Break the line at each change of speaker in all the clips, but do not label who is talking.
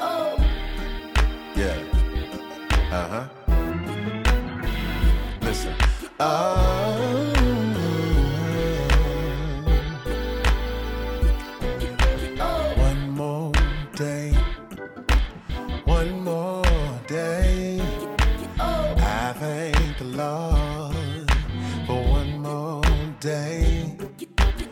Oh.
Yeah. Uh huh. Listen. Oh. One more day. One more day. I thank the Lord for one more day.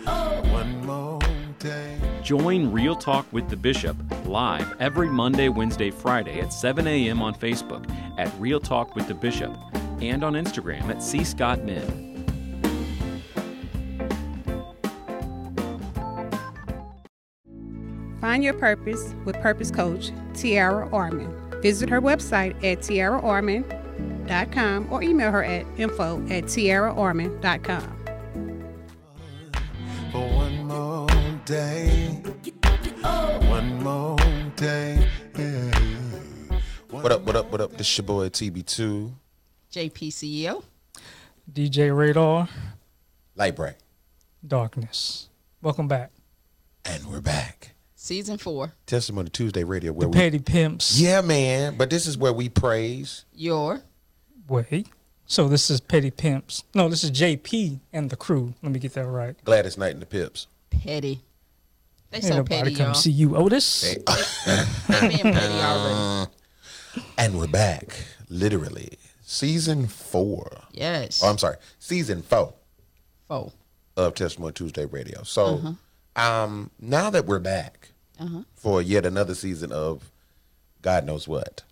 One more day.
Join Real Talk with the Bishop live every Monday, Wednesday, Friday at 7 a.m. on Facebook at Real Talk with the Bishop and on Instagram at C. Scott Min.
Find your purpose with Purpose Coach Tiara Orman. Visit her website at tiaraorman.com or email her at info at tiaraorman.com.
for one more day. One more day. yeah. What up, what up, what up? This your boy TB2.
JPCO.
DJ Radar,
Light bright.
Darkness. Welcome back.
And we're back.
Season four.
Testimony Tuesday Radio where
The
we
Petty Pimps.
Yeah, man. But this is where we praise.
Your
Wait. So this is Petty Pimps. No, this is JP and the crew. Let me get that right.
Gladys Knight and the Pips.
petty. They
Ain't
so
nobody
petty,
come
y'all.
see you, Otis.
They being petty
Uh,
already.
And we're back. Literally. Season four.
Yes.
Oh, I'm sorry. Season four.
Four.
of Testimony Tuesday Radio. So, um, now that we're back for yet another season of God knows what,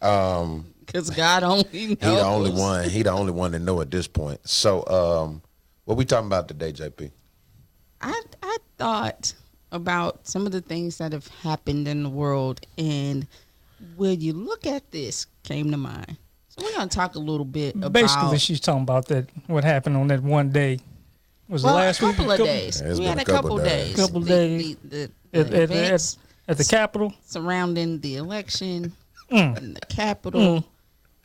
Because God only knows.
he the only one. He the only one to know at this point. So, um, what we talking about today, JP?
I I thought about some of the things that have happened in the world, and will you look at this? Came to mind. So we're gonna talk a little bit about
Basically, she's talking about that what happened on that one day. Was it
well,
last
a couple
week?
of days.
Yeah, it's
we
been
had a couple, days.
Couple
The-
days.
The, the, the
At, at- at-
events
at the Capitol.
surrounding the election, and the Capitol,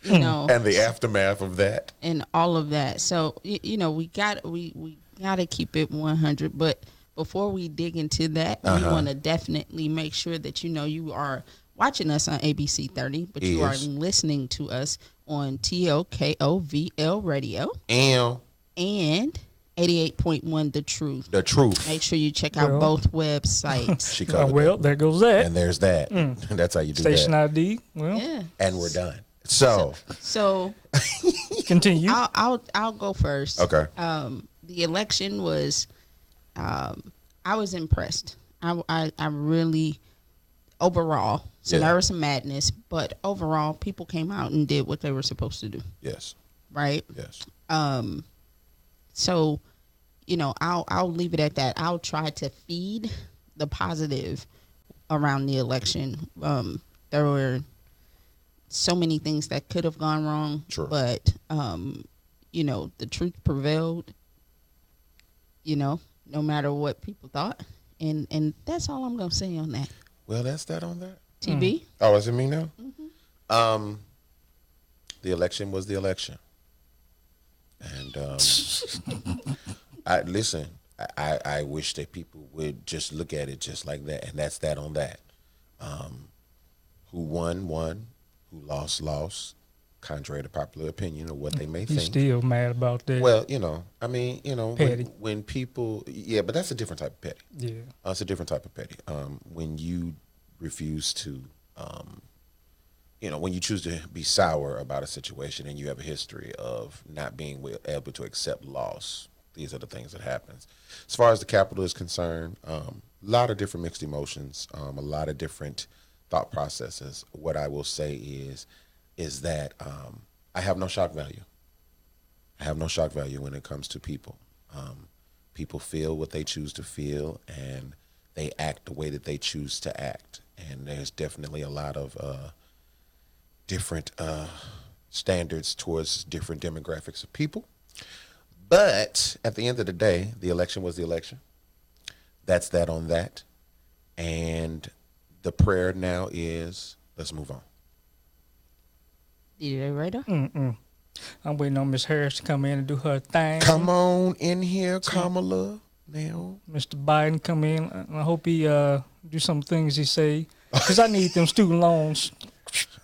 you know,
And the aftermath of that.
and all of that. So you, you know, we got we we got to keep it 100. But before we dig into that,
Uh-huh.
we want to definitely make sure that you know you are watching us on ABC 30, but you
Yes.
are listening to us on TLKOVL Radio
And
and 88.1 The Truth.
the truth.
Make sure you check out
Well.
both websites.
She
Oh,
covered
well, there goes that.
that. And there's that. That's how you do
Station
that.
ID. Well,
yeah.
And we're done. So,
So
continue.
I'll I'll I'll go first.
okay.
um, the election was, um, I was impressed. I, I, I really, overall, so
Yeah.
there was some madness, but overall, people came out and did what they were supposed to do,
yes.
right?
Yes.
Um, so, you know, I'll I'll leave it at that. I'll try to feed the positive around the election. Um, there were so many things that could have gone wrong,
Sure.
but um, you know, the truth prevailed. You know, no matter what people thought, and and that's all I'm gonna say on that.
Well, that's that on that.
TB,
Oh, is it me now? Um, the election was the election, and um, I listen. I- I, I wish that people would just look at it just like that, and that's that on that. Um, who won won, who lost lost, contrary to popular opinion or what they may
You
think.
still mad about that?
Well, you know, I mean, you know,
Petty.
when, when people, yeah, but that's a different type of petty.
yeah.
Uh, it's a different type of petty. Um, when you refuse to, um, you know, when you choose to be sour about a situation and you have a history of not being wi- able to accept loss, these are the things that happens. As far as the capital is concerned, a lot of different mixed emotions, um, a lot of different thought processes. What I will say is, is that um, I have no shock value. I have no shock value when it comes to people. Um, people feel what they choose to feel, and they act the way that they choose to act. And there's definitely a lot of uh, different uh, standards towards different demographics of people. But at the end of the day, the election was the election. That's that on that. And the prayer now is let's move on.
DJ Radar,
I'm waiting on Miss Harris to come in and do her thing.
Come on in here, Kamala.
now.
Mr. Biden come in. and I hope he uh, do some things he say because I need them student loans.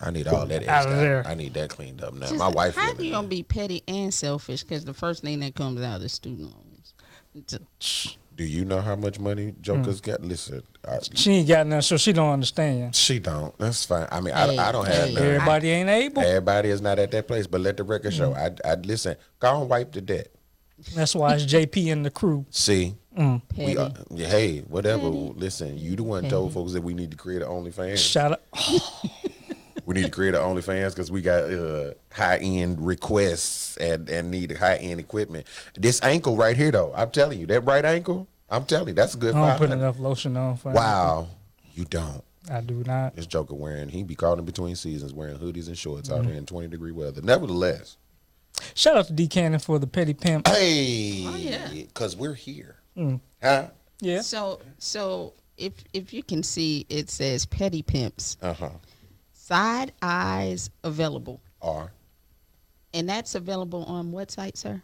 I need all that
Out of
extra.
there.
I need that cleaned up now.
Just
My wife.
How
feeling
you
that.
gonna be petty and selfish? Because the first thing that comes out is student loans. It's a-
Do you know how much money Joker's
Mm.
got? Listen, I,
She ain't got nothing, so she don't understand.
she don't. That's fine. I mean,
Hey,
I, I don't have
hey.
none.
Everybody ain't able.
Everybody is not at that place, but let the record show.
Mm.
I, I listen. Go and wipe the debt.
That's why it's JP and the crew.
See,
Petty.
we are, hey, whatever. Listen, you the one told folks that we need to create an OnlyFans.
Shout out.
we need to create an OnlyFans because we got uh, high end requests and and need high end equipment. This ankle right here, though, I'm telling you, that right ankle. I'm telling you, that's a good.
I don't
five
put
hundred.
enough lotion on. For
Wow, you don't.
I do not.
This Joker wearing, he be caught in between seasons wearing hoodies and shorts out here in 20 degree weather. Nevertheless,
Shout out to D Cannon for the petty pimp.
hey, Mm.
yeah.
because we're here. Huh?
Yeah.
So so if if you can see, it says petty pimps.
Uh huh.
Side eyes available,
Are
and that's available on what site, sir?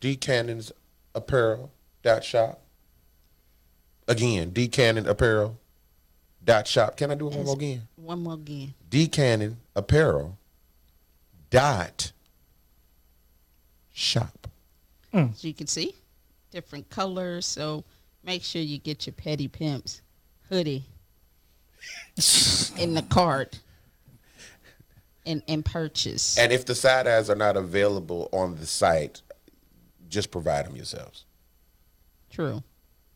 D Cannon's apparel dot shop. Again, D Cannon apparel dot shop. Can I do it one more again?
One more again.
D Cannon apparel dot shop.
So you can see different colors. So make sure you get your petty pimps hoodie in the cart and and purchase.
And if the side eyes are not available on the site, just provide them yourselves.
True.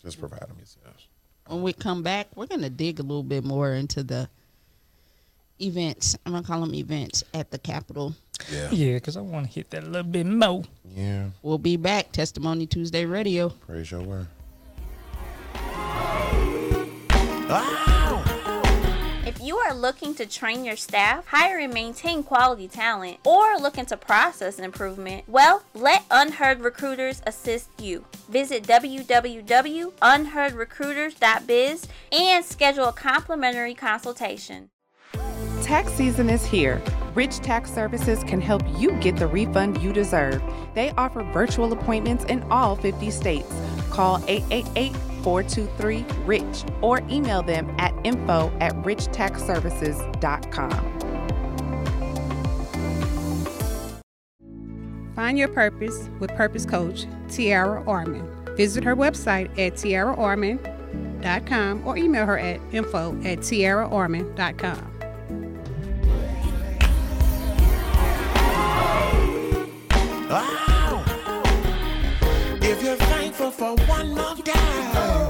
Just provide them yourselves.
When we come back, we're gonna dig a little bit more into the events. I'm gonna call them events at the Capitol.
Yeah.
Yeah, because I want to hit that a little bit more.
Yeah.
We'll be back. Testimony Tuesday Radio.
Praise your word.
If you are looking to train your staff, hire and maintain quality talent, or looking to process improvement, well, let Unheard Recruiters assist you. Visit www.unheardrecruiters.biz and schedule a complimentary consultation.
Tax season is here. Rich Tax Services can help you get the refund you deserve. They offer virtual appointments in all 50 states. Call 888 423 RICH or email them at info at richtaxservices.com.
Find your purpose with Purpose Coach Tiara Orman. Visit her website at tiaraorman.com or email her at info at tiaraorman.com.
Oh. If you're thankful for one more down,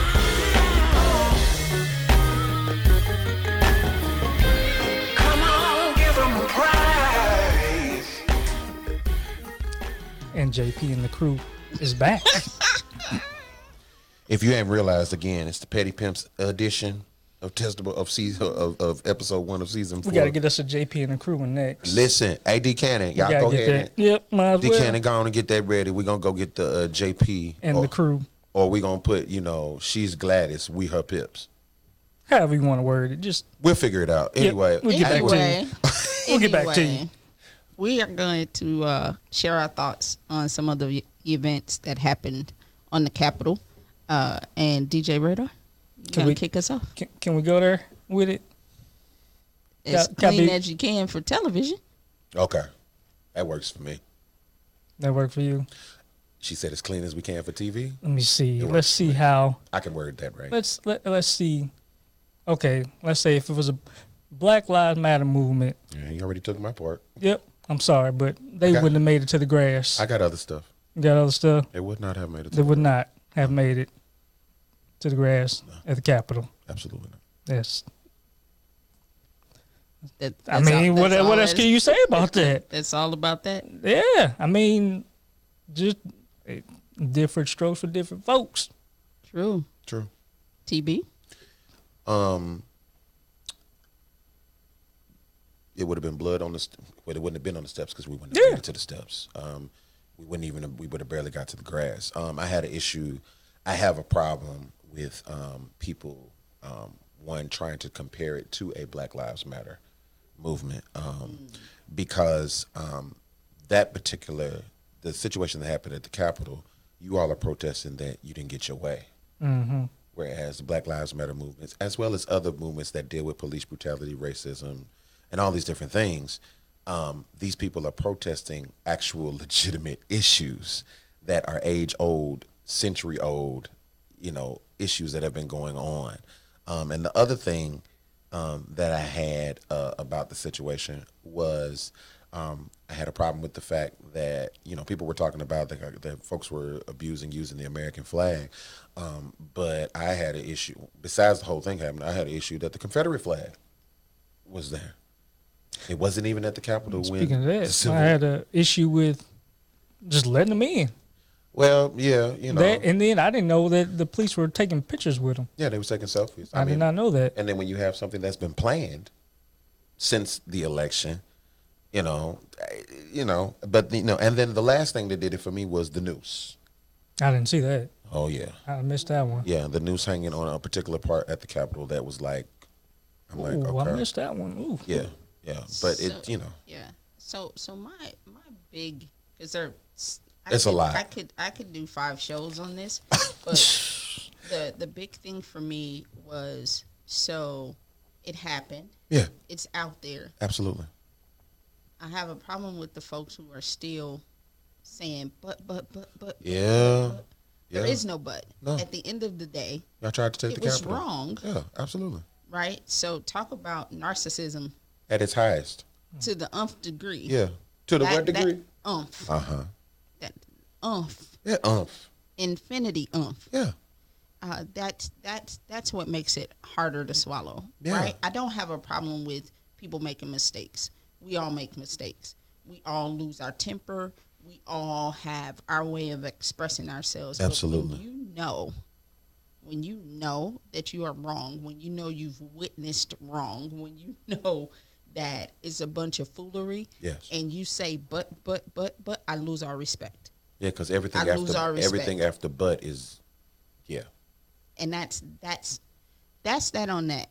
yeah. Come on, give 'em a prize.
And JP and the crew is back.
If you haven't realized, again, it's the Petty Pimps edition of testable of season of, of episode one of season four.
we got to get us a JP and the crew one next.
Listen, AD Cannon, y'all
gotta
go
get
ahead.
that. Yep, might as
D
well.
Cannon, Oh. go on and get that ready. We're gonna go get the uh, JP
and
or,
the crew,
or we gonna put, you know, she's Gladys, we her pips.
however you want to word it. Just
We'll figure it out. Anyway,
we'll get back to you.
Anyway,
We'll get back to you.
anyway, We are going to uh, share our thoughts on some of the e-, events that happened on the Capitol. Uh, and DJ Radar, you
Can
gotta
we-
kick us off
Can, can we go there with it?
as
Got- gotta
clean
be-
as you can for television.
okay. That works for me.
That work for you?
She said as clean as we can for TV.
Let me see.
works
Let's
for
see how.
I can word that right.
Let's let, let's see. Okay, let's say if it was a Black Lives Matter movement.
Yeah, he already took my part.
Yep. I'm sorry, but they
Got-
wouldn't have made it to the grass.
I got other stuff.
got other stuff.
It would not have made it.
They would not have made it to the grass at the Capitol.
Absolutely not.
Yes.
That,
I
that's
mean,
all-
what
that's
what
all
else
it
can
is.
you say about that?
That's all about that.
Yeah, I mean, just eh, different strokes for different folks.
True.
True.
TB.
Um, it would have been blood on the. St- well, it wouldn't have been on the steps because we wouldn't have
Yeah.
made it to the steps. Um, we wouldn't even. have- we would have barely got to the grass. Um, I had an issue. I have a problem with um, people. Um, one trying to compare it to a Black Lives Matter movement um, because um, that particular the situation that happened at the Capitol, you all are protesting that you didn't get your way. Whereas the Black Lives Matter movements, as well as other movements that deal with police brutality, racism, and all these different things, um, these people are protesting actual legitimate issues that are age old, century old, you know, issues that have been going on. Um, and the other thing um, that I had uh, about the situation was um, I had a problem with the fact that you know people were talking about that, uh, that folks were abusing using the American flag, um, but I had an issue. Besides the whole thing happening, I had an issue that the Confederate flag was there. It wasn't even at the Capitol when
Speaking of
the
that,
Civil-
I had an issue with just letting them in.
well, yeah, you know,
That, and then I didn't know that the police were taking pictures with them.
yeah, they were taking selfies.
I, did not know that.
And then when you have something that's been planned since the election, you know, I- you know, but you know, and then the last thing that did it for me was the noose.
I didn't see that.
Oh yeah,
I missed that one.
yeah, the noose hanging on a particular part at the Capitol that was like, I'm like,
Ooh,
okay,
I missed that one. Ooh.
yeah, yeah, but it,
So-
you know,
Yeah. So so my my big is there. I
It's a
could-
lot.
I could I could do five shows on this, but the the big thing for me was so it happened.
yeah,
It's out there.
absolutely,
I have a problem with the folks who are still saying but but but but.
yeah, yeah.
There is no but.
No.
At the end of the day,
Y'all tried to take
it
the
was
Capitol.
wrong,
Yeah, absolutely.
right? So talk about narcissism
At its highest.
to the umph degree.
Yeah. To the
That,
what
that
degree?
umph,
Uh huh.
that umph,
Yeah. Umph.
infinity umph.
Yeah.
uh, that's that's that's what makes it harder to swallow,
Yeah.
right? I don't have a problem with people making mistakes. We all make mistakes. We all lose our temper. We all have our way of expressing ourselves. But when
Absolutely.
you know, when you know that you are wrong, when you know you've witnessed wrong, when you know that it's a bunch of foolery,
Yes.
and you say, but, but, but, but, I lose all respect.
Yeah, because everything
I lose all
after
respect.
everything after but is, yeah.
And that's that's that's that on that.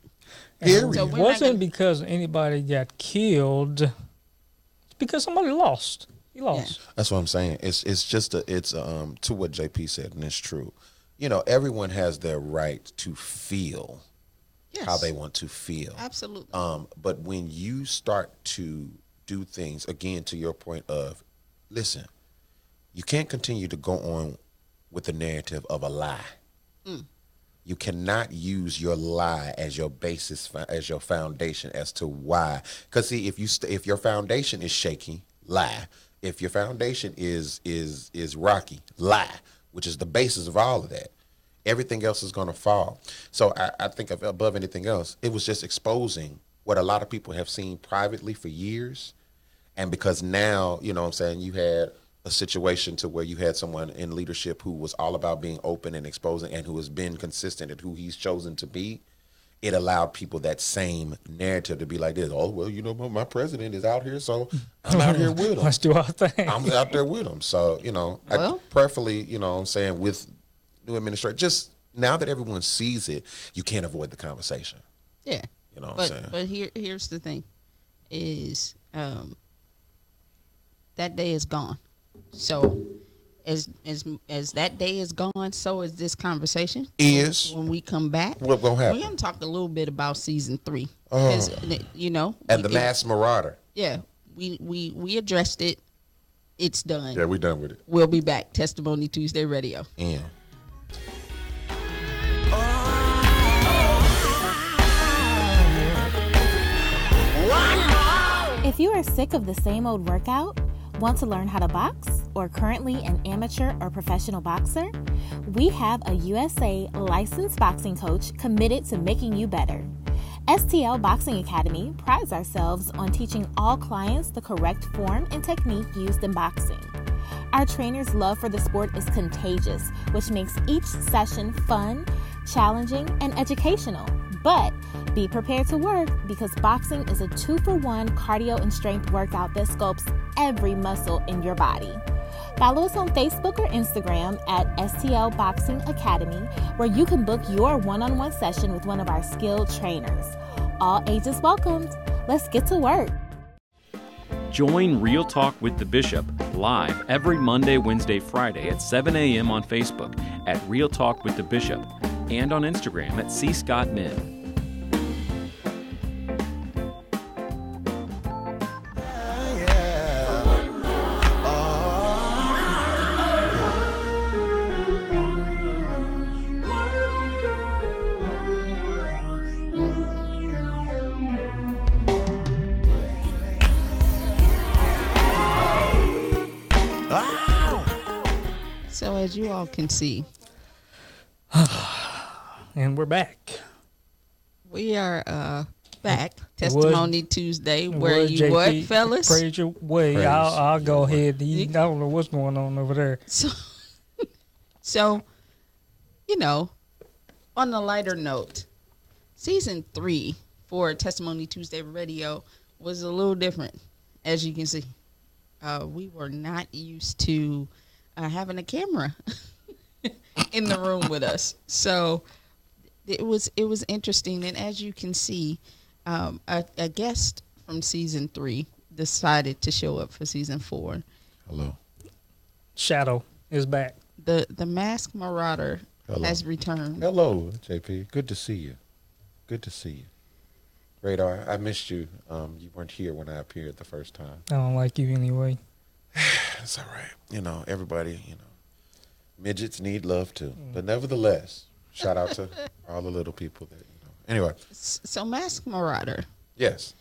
And
So
it
we're not
wasn't
gonna-
because anybody got killed. It's because somebody lost. He lost.
That's what I'm saying. It's it's just a it's um to what JP said, and it's true. You know, everyone has their right to feel
Yes.
how they want to feel.
Absolutely.
Um, but when you start to do things again, to your point of, listen, you can't continue to go on with the narrative of a lie. You cannot use your lie as your basis fo- as your foundation as to why. Because see, if you st- if your foundation is shaky, lie. If your foundation is is is rocky, lie, which is the basis of all of that. Everything else is going to fall. So I, I think of- above anything else, it was just exposing what a lot of people have seen privately for years and because now you know what i'm saying you had a situation to where you had someone in leadership who was all about being open and exposing and who has been consistent at who he's chosen to be it allowed people that same narrative to be like this oh well you know my, my president is out here so i'm out here with him
Let's do our thing.
i'm out there with him so you know
Well-
I, preferably you know what i'm saying with new administration just now that everyone sees it you can't avoid the conversation
Yeah.
You know what I'm
but,
saying?
But here here's the thing is um that day is gone. So as as as that day is gone, so is this conversation.
is
When we come back,
What gonna happen? Oh.
We're gonna talk a little bit about season three. Because you know
and the
it-
mass marauder
Yeah. We we we addressed it. It's done.
yeah we done with it
We'll be back. Testimony Tuesday Radio.
yeah
If you are sick of the same old workout, want to learn how to box, or currently an amateur or professional boxer, we have a USA licensed boxing coach committed to making you better. STL Boxing Academy prides ourselves on teaching all clients the correct form and technique used in boxing. Our trainers' love for the sport is contagious, which makes each session fun, challenging, and educational. But be prepared to work because boxing is a two for one cardio and strength workout that sculpts every muscle in your body. Follow us on Facebook or Instagram at STL Boxing Academy, where you can book your one on one session with one of our skilled trainers. All ages welcomed. Let's get to work.
Join Real Talk with the Bishop live every Monday, Wednesday, Friday at 7 a.m. on Facebook at Real Talk with the Bishop and on Instagram at C. Scott Min.
So as you all can see,
And we're back.
we are uh back.
It was-
Testimony Tuesday, where
Was
you
JP
what, fellas?
Praise your way.
Praise
I'll, I'll go ahead. He, I don't know what's going on over there.
So, so, you know, on a lighter note, season three for Testimony Tuesday Radio was a little different, as you can see. Uh, we were not used to uh, having a camera in the room with us, so it was it was interesting. And as you can see, um, a, a guest from season three decided to show up for season four.
Hello.
Shadow is back.
the the mask marauder
Hello.
has returned
Hello, JP. Good to see you. Good to see you. Radar, I missed you. Um, you weren't here when I appeared the first time.
I don't like you anyway.
That's all right. You know, everybody, you know, midgets need love too. But nevertheless, shout out to all the little people that, you know. Anyway,
S- so mask marauder
yes.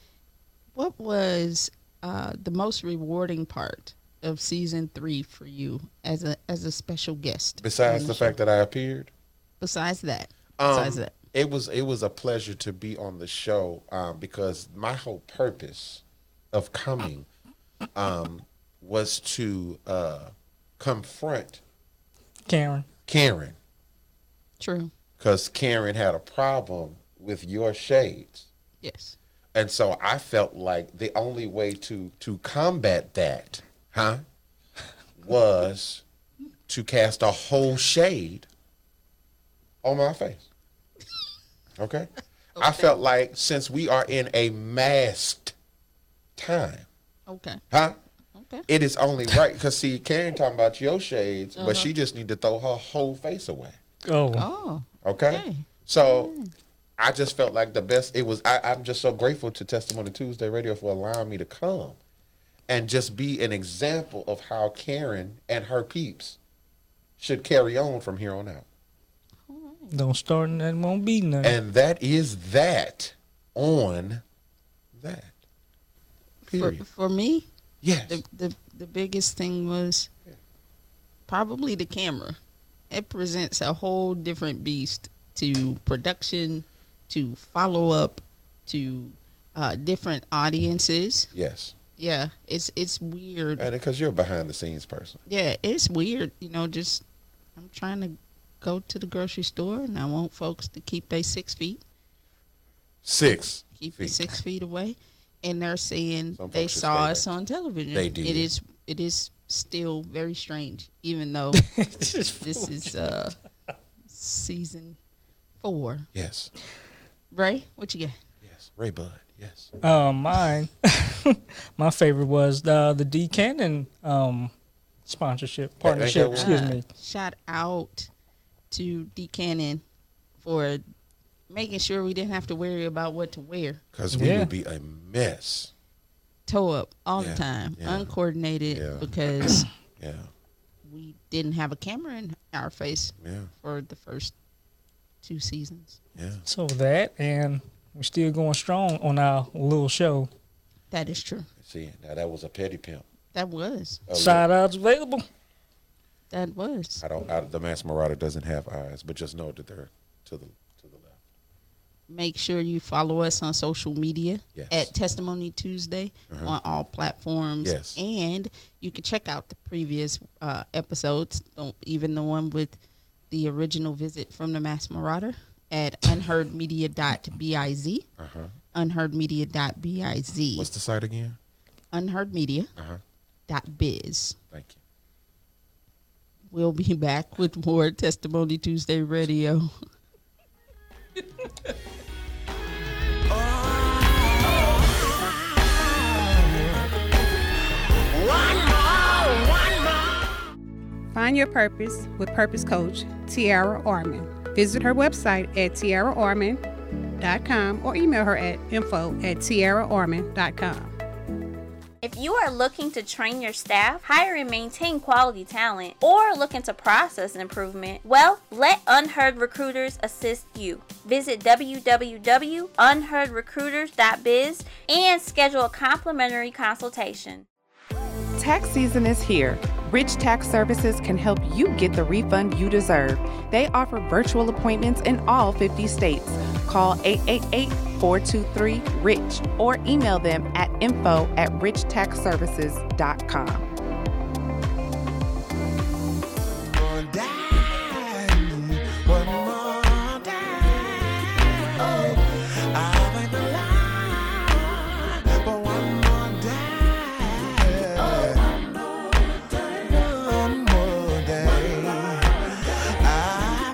what was uh the most rewarding part of season three for you as a as a special guest
Besides
on
the
show?
fact that I appeared,
besides that
Um,
besides that
It was it was a pleasure to be on the show um, because my whole purpose of coming um, was to uh, confront
Karen.
Karen
true
because Karen had a problem with your shades,
yes
and so I felt like the only way to to combat that, huh, was to cast a whole shade on my face. Okay? I felt like since we are in a masked time,
okay
huh?
okay
It is only right because see, Karen talking about your shades, but she just need to throw her whole face away.
Oh,
oh
Okay.
Okay.
So I just felt like the best. It was. I, I'm just so grateful to Testimony Tuesday Radio for allowing me to come and just be an example of how Karen and her peeps should carry on from here on out.
don't start and that won't be nothing.
And that is that on that.
for,
Period.
for me
Yes.
the, the the biggest thing was probably the camera. It presents a whole different beast to production, to follow up, to uh, different audiences.
Yes.
Yeah, it's it's weird.
And because you're a behind the scenes person.
Yeah, it's weird. You know, just I'm trying to go to the grocery store, and I want folks to keep their six feet,
Six.
keep
feet.
it six feet away, and they're saying
Some
they
folks just
saw
stay
us
there.
on television.
They did.
It is it is still very strange, even though.
This is
this is uh season four.
Yes.
Ray, what you got?
Yes. Ray Bud. Yes.
Uh, mine, my favorite was the the D Cannon um, sponsorship
That- ain't that
partnership.
one?
Excuse me.
Shout out to D Cannon for making sure we didn't have to worry about what to wear.
Because we
Yeah.
would be a mess.
Toe up all
Yeah,
the time,
yeah,
uncoordinated
yeah.
because
Yeah.
we didn't have a camera in our face
Yeah.
for the first two seasons.
Yeah.
So that, and we're still going strong on our little show.
Oh,
That is true.
See, now that was a petty pimp.
That was.
A little-
Side outs available.
That was.
I don't. I, the mass marauder doesn't have eyes, but just know that they're to the to the left.
make sure you follow us on social media
Yes. Uh-huh.
at Testimony Tuesday on all platforms.
Yes.
And you can check out the previous uh, episodes, don't- even the one with the original visit from the Mass Marauder at unheardmedia.biz.
Uh-huh.
Unheardmedia.biz.
What's the site again?
unheardmedia
Uh huh.
dot biz.
Thank you.
We'll be back with more Testimony Tuesday radio.
Oh,
Find your purpose with Purpose Coach Tiara Orman. Visit her website at tiaraorman.com or email her at info at tiaraorman.com.
If you are looking to train your staff, hire and maintain quality talent, or looking to process improvement, well, let Unheard Recruiters assist you. Visit www.unheardrecruiters.biz and schedule a complimentary consultation.
Tax season is here. Rich Tax Services can help you get the refund you deserve. They offer virtual appointments in all 50 states. Call 888 423 RICH or email them at info at richtaxservices.com.
One time, one more time. Oh, I went blind, but one more time. one more day. I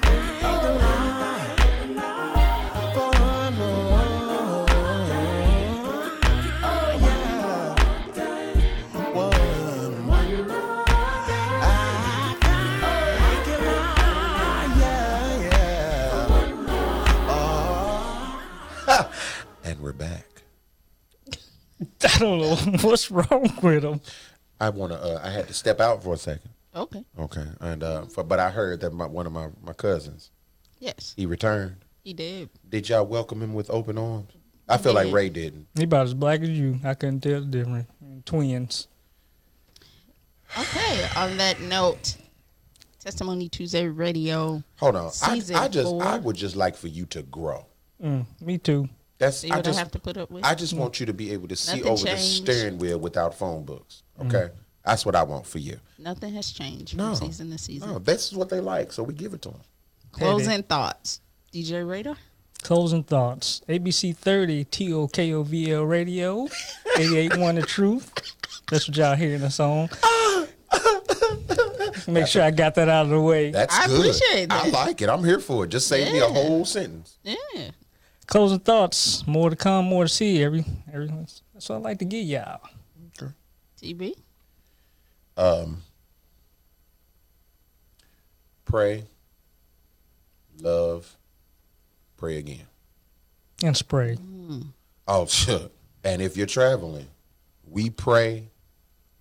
went blind, but one more. Oh yeah, one more.
And we're back.
I don't know what's wrong with them.
I want to. Uh, I had to step out for a second.
Okay.
Okay, and uh, for, but I heard that my, one of my, my cousins
Yes,
he returned.
he did.
Did y'all welcome him with open arms? I feel like Ray didn't.
He about as black as you. I couldn't tell the difference. Twins.
Okay. On that note, Testimony Tuesday Radio.
Hold on. I,
Season
I just I
four.
would just like for you to grow.
Me too.
That's
See
I
what I
just
have to put up with.
I just want you to be able to see
Nothing
over the
changed.
steering wheel without phone books. Okay, that's what I want for you.
Nothing has changed
No. Oh,
from season to season.
No, this is what they like, so we give it to them.
Closing thoughts. DJ Radar.
Closing thoughts. ABC 30, TOKOVL Radio, 881 The Truth. That's what y'all hearing us on. Make sure I got that out of the way.
That's
I
good.
appreciate
I
that.
like it. I'm here for it. Just save me a
Yeah.
whole sentence.
Yeah.
Closing thoughts. More to come, more to see. Every, every That's what I like to give y'all.
TB.
Pray, love, pray again.
And spray.
Oh, sure. And if you're traveling, we pray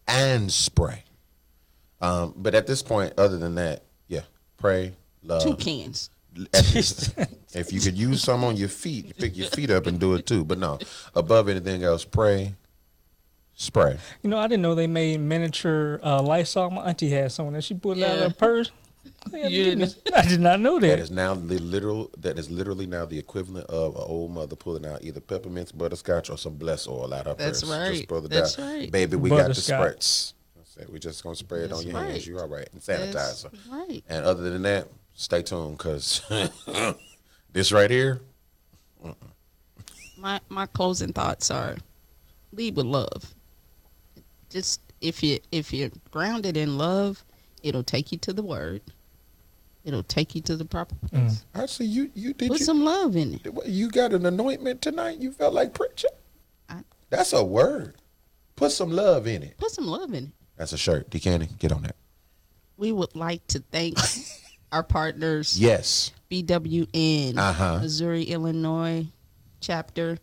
and spray. Um, but at this point, other than that, yeah, pray, love.
Two cans.
at least. if you could use some on your feet, pick your feet up and do it too. But no, above anything else, pray, spray.
You know, I didn't know they made miniature uh, Lysol. My auntie had some and she pulled it out of her
Yeah.
purse. Oh, I, did not know
That
that.
is now the literal. That is literally now the equivalent of an old mother pulling out either peppermints, butterscotch, or some bless oil out of her.
That's
purse.
right.
Just brother
That's
down.
right.
Baby, we got the
Butterscotch.
spritz. That's it. We just gonna spray it
That's
on your hands.
right.
You all right? And
That's
sanitizer.
right.
And other than that, stay tuned because this right here.
my my closing thoughts are lead with love just if you if you're grounded in love it'll take you to the word it'll take you to the proper place
Actually, you you did
put
you,
some love in it
you got an anointment tonight. You felt like preaching.
I-
That's a word. Put some love in it.
put some love in it
That's a shirt. D Cannon, get on that.
we would like to thank our partners
Yes.
BWN
Uh-huh.
Missouri Illinois chapter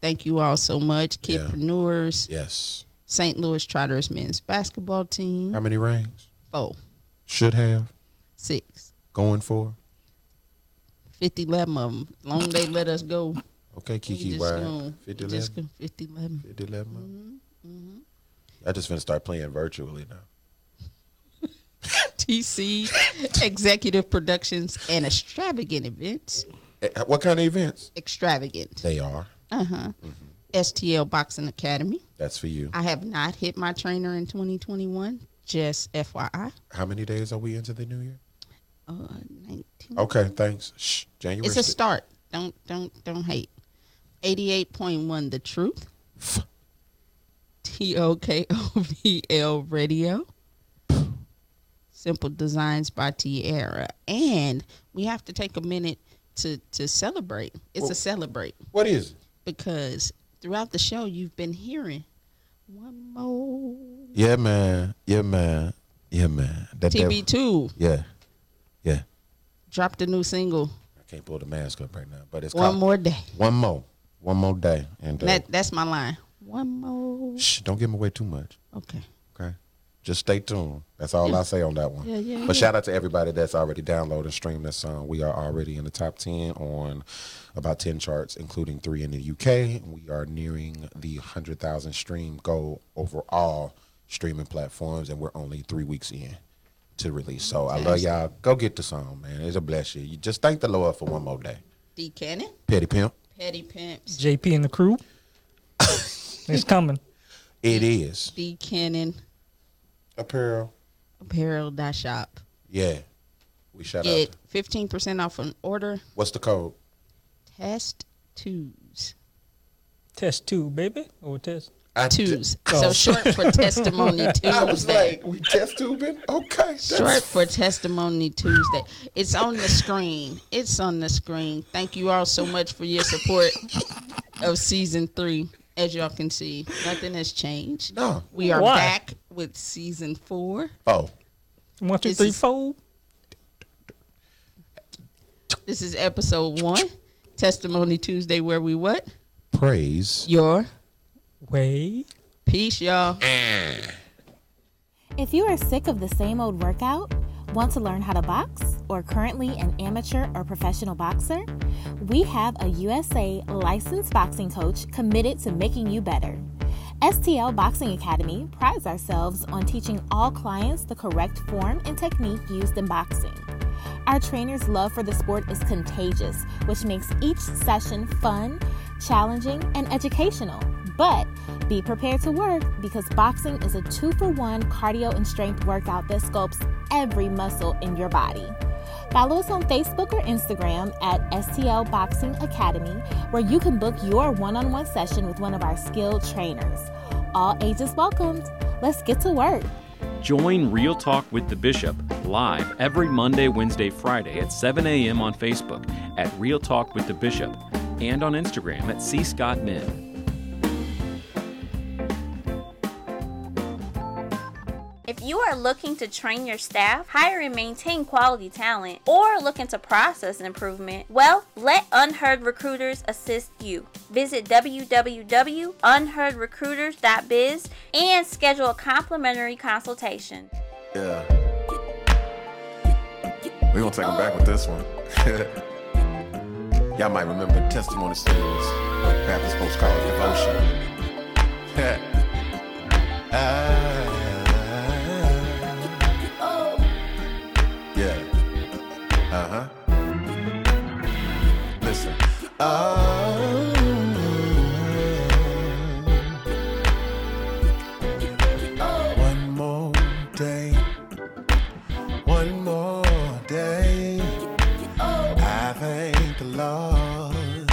thank you all so much
Yeah.
kidpreneurs
Yes.
St. Louis Trotter's men's basketball team
How many rings?
four
Should have.
six
Going for.
50 11 of them long they let us go
Okay,
We
Kiki
just
Wide.
gonna-
50
we just Mm-hmm,
11.
gonna 50 11.
50 11. I just finna start playing virtually now.
TC, Executive Productions, and Extravagant Events.
Eh, What kind of events?
Extravagant.
They are.
Uh huh. STL Boxing Academy.
That's for you.
I have not hit my trainer in 2021. Just FYI.
How many days are we into the new year?
Uh,
Oh,
19.
Okay, thanks. Shh, January.
It's a
sixth.
start. Don't don't don't hate. 88.1 The Truth. T O K O V L Radio. Simple Designs by Tierra. And we have to take a minute to to celebrate. It's a celebrate
What is it?
because throughout the show you've been hearing one more
Yeah, man. Yeah, man. Yeah, man. That devil-
TB2
Yeah, yeah.
dropped a new single.
I can't pull the mask up right now, but it's
One
called-
more day.
One more, one more day, and uh,
That that's my line. One more.
shh, don't give him away too much.
Okay.
Okay. Just stay tuned. That's all I say on that one.
Yeah, yeah,
but shout out to everybody that's already downloaded and streamed this song. We are already in the top 10 on about 10 charts, including three in the UK. We are nearing the 100,000 stream goal over all streaming platforms, and we're only three weeks in to release. So I love y'all. Go get the song, man. It's a bless you. You just thank the Lord for one more day.
D Cannon,
Petty Pimp.
Petty Pimps,
JP and the crew. it's coming.
It is.
D Cannon
Apparel.
Apparel dot shop.
Yeah. We shout out.
Get
to-
fifteen percent off an order.
What's the code?
Test twos.
Test two, baby. Or test.
I
Twos. So short for testimony
oh. I was
Tuesday.
like, we test tubing? Okay. that's-
Short for testimony Tuesday. It's on the screen. It's on the screen. Thank you all so much for your support of season three. As y'all can see, nothing has changed.
No.
We are
Why?
back with season four.
Oh,
One, two,
This
three,
is-
four.
This is episode one, Testimony Tuesday, where we what?
praise.
Your
Wait.
peace, y'all.
If you are sick of the same old workout, want to learn how to box, or currently an amateur or professional boxer, we have a USA licensed boxing coach committed to making you better. STL Boxing Academy prides ourselves on teaching all clients the correct form and technique used in boxing. Our trainer's love for the sport is contagious, which makes each session fun, challenging, and educational. But be prepared to work because boxing is a two for one cardio and strength workout that sculpts every muscle in your body. Follow us on Facebook or Instagram at STL Boxing Academy, where you can book your one on one session with one of our skilled trainers. All ages welcomed. Let's get to work.
Join Real Talk with the Bishop live every Monday, Wednesday, Friday at 7 a.m. on Facebook at Real Talk with the Bishop and on Instagram at C. Scott Min.
If you are looking to train your staff, hire and maintain quality talent, or looking to process improvement, well, let Unheard Recruiters assist you. Visit www.unheardrecruiters.biz and schedule a complimentary consultation.
Yeah. We're gonna take them back with this one. Y'all might remember testimony series, Baptist folks call it devotion. Ah. yeah. Uh huh. Listen. Ah. Oh. One more day. One more day. I thank the Lord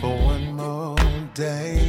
for one more day.